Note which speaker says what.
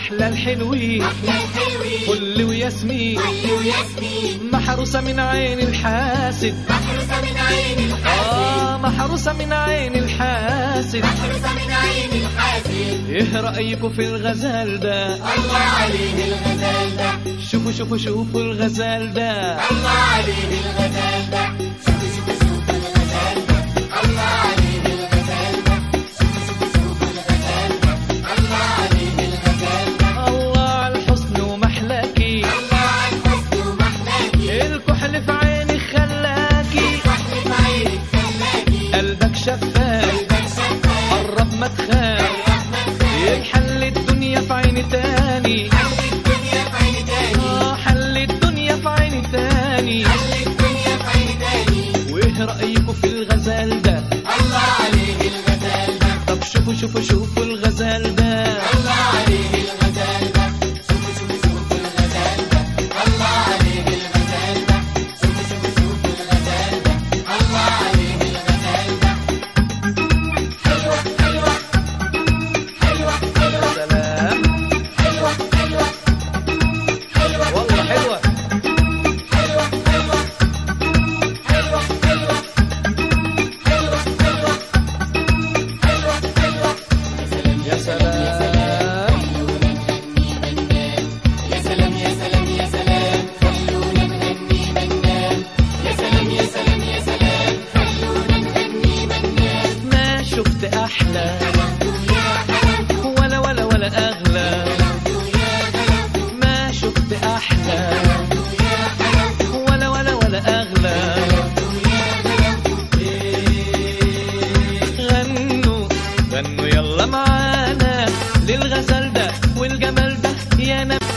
Speaker 1: احلى الحلوين فل وياسمين محروسه من عين الحاسد آه محروسة من عين الحاسد ايه رأيكم في الغزال ده شوفوا شوفوا شوفوا الغزال ده الله على الحسن ومحلاكي الكحل في عيني خلاكي قلبك شفاف قرب ما تخاف يحل الدنيا في عيني تاني آه، حل الدنيا في عيني تاني وايه رأيكم في الغزال ده طب شوفوا شوفوا شوفوا الغزال ده سلام والله حلوة يا سلام ما شفت أحلى ولا ولا ولا أغلى ما شفت أحلى ولا ولا ولا أغلى إيه، غنوا غنوا يلا معانا للغزل ده والجمال ده يا نبي